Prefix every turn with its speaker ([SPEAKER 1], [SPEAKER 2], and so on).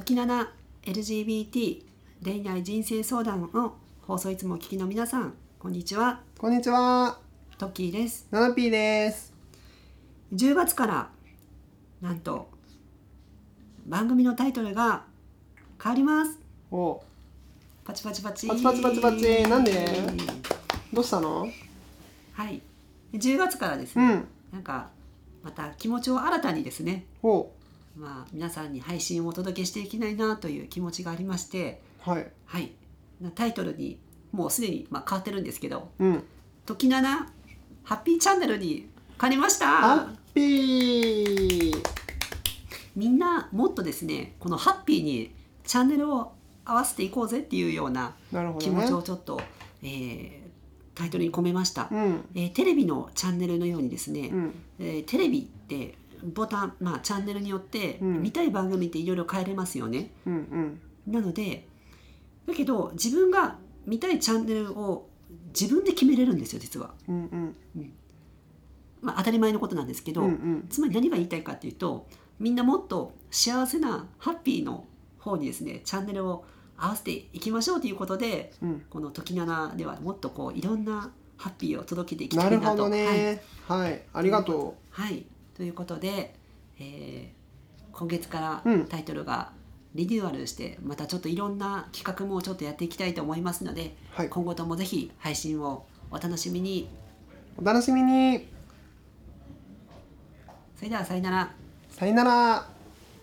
[SPEAKER 1] きなな LGBT 恋愛人生相談の放送いつもお聞きの皆さんこんにちは
[SPEAKER 2] こんにちは、
[SPEAKER 1] トッキーです
[SPEAKER 2] ナナピーです。
[SPEAKER 1] 10月からなんと番組のタイトルが変わります
[SPEAKER 2] お、
[SPEAKER 1] パチパチパチ
[SPEAKER 2] パチパチパチパチなんでどうしたの？
[SPEAKER 1] はい10月からです
[SPEAKER 2] う
[SPEAKER 1] ね、
[SPEAKER 2] ん、
[SPEAKER 1] なんかまた気持ちを新たにですね
[SPEAKER 2] お、
[SPEAKER 1] まあ皆さんに配信をお届けしていきたいなという気持ちがありまして
[SPEAKER 2] はい、
[SPEAKER 1] はいタイトルにもうすでに、まあ、変わってるんですけど
[SPEAKER 2] うん、
[SPEAKER 1] 「時ななハッピーチャンネル」に変えました
[SPEAKER 2] ハッピー。
[SPEAKER 1] みんなもっとですねこのハッピーにチャンネルを合わせていこうぜっていうような
[SPEAKER 2] なるほ
[SPEAKER 1] 気
[SPEAKER 2] ど
[SPEAKER 1] 持
[SPEAKER 2] ね
[SPEAKER 1] ち。をちょっと、えータイトルに込めました、
[SPEAKER 2] うん、
[SPEAKER 1] えーテレビのチャンネルのようにですね、
[SPEAKER 2] うん、
[SPEAKER 1] えーテレビってボタン、まあ、チャンネルによって
[SPEAKER 2] うん
[SPEAKER 1] 見たい番組っていろいろ変えれますよね、
[SPEAKER 2] うん、うん、
[SPEAKER 1] なのでだけど自分が見たいチャンネルを自分で決めれるんですよ実は、
[SPEAKER 2] うん、うん、
[SPEAKER 1] まあ、当たり前のことなんですけど、
[SPEAKER 2] うん、うん、
[SPEAKER 1] つまり何が言いたいかっていうとみんなもっと幸せなハッピーの方にですねチャンネルを合わせていきましょうということで
[SPEAKER 2] うん。
[SPEAKER 1] この「時7」ではもっとこういろんなハッピーを届けていきた
[SPEAKER 2] ない
[SPEAKER 1] な
[SPEAKER 2] る
[SPEAKER 1] と。
[SPEAKER 2] ほどね。はい、ありがと
[SPEAKER 1] はい、はい、ということで、えー今月か
[SPEAKER 2] う
[SPEAKER 1] ら
[SPEAKER 2] ん
[SPEAKER 1] タイトルがリニューアルして、またちょっといろんな企画もちょっとやっていきたいと思いますので
[SPEAKER 2] う。はい、
[SPEAKER 1] 今後ともぜひ配信をお楽しみに。
[SPEAKER 2] お楽しみに。
[SPEAKER 1] それではさよなら。
[SPEAKER 2] さよなら。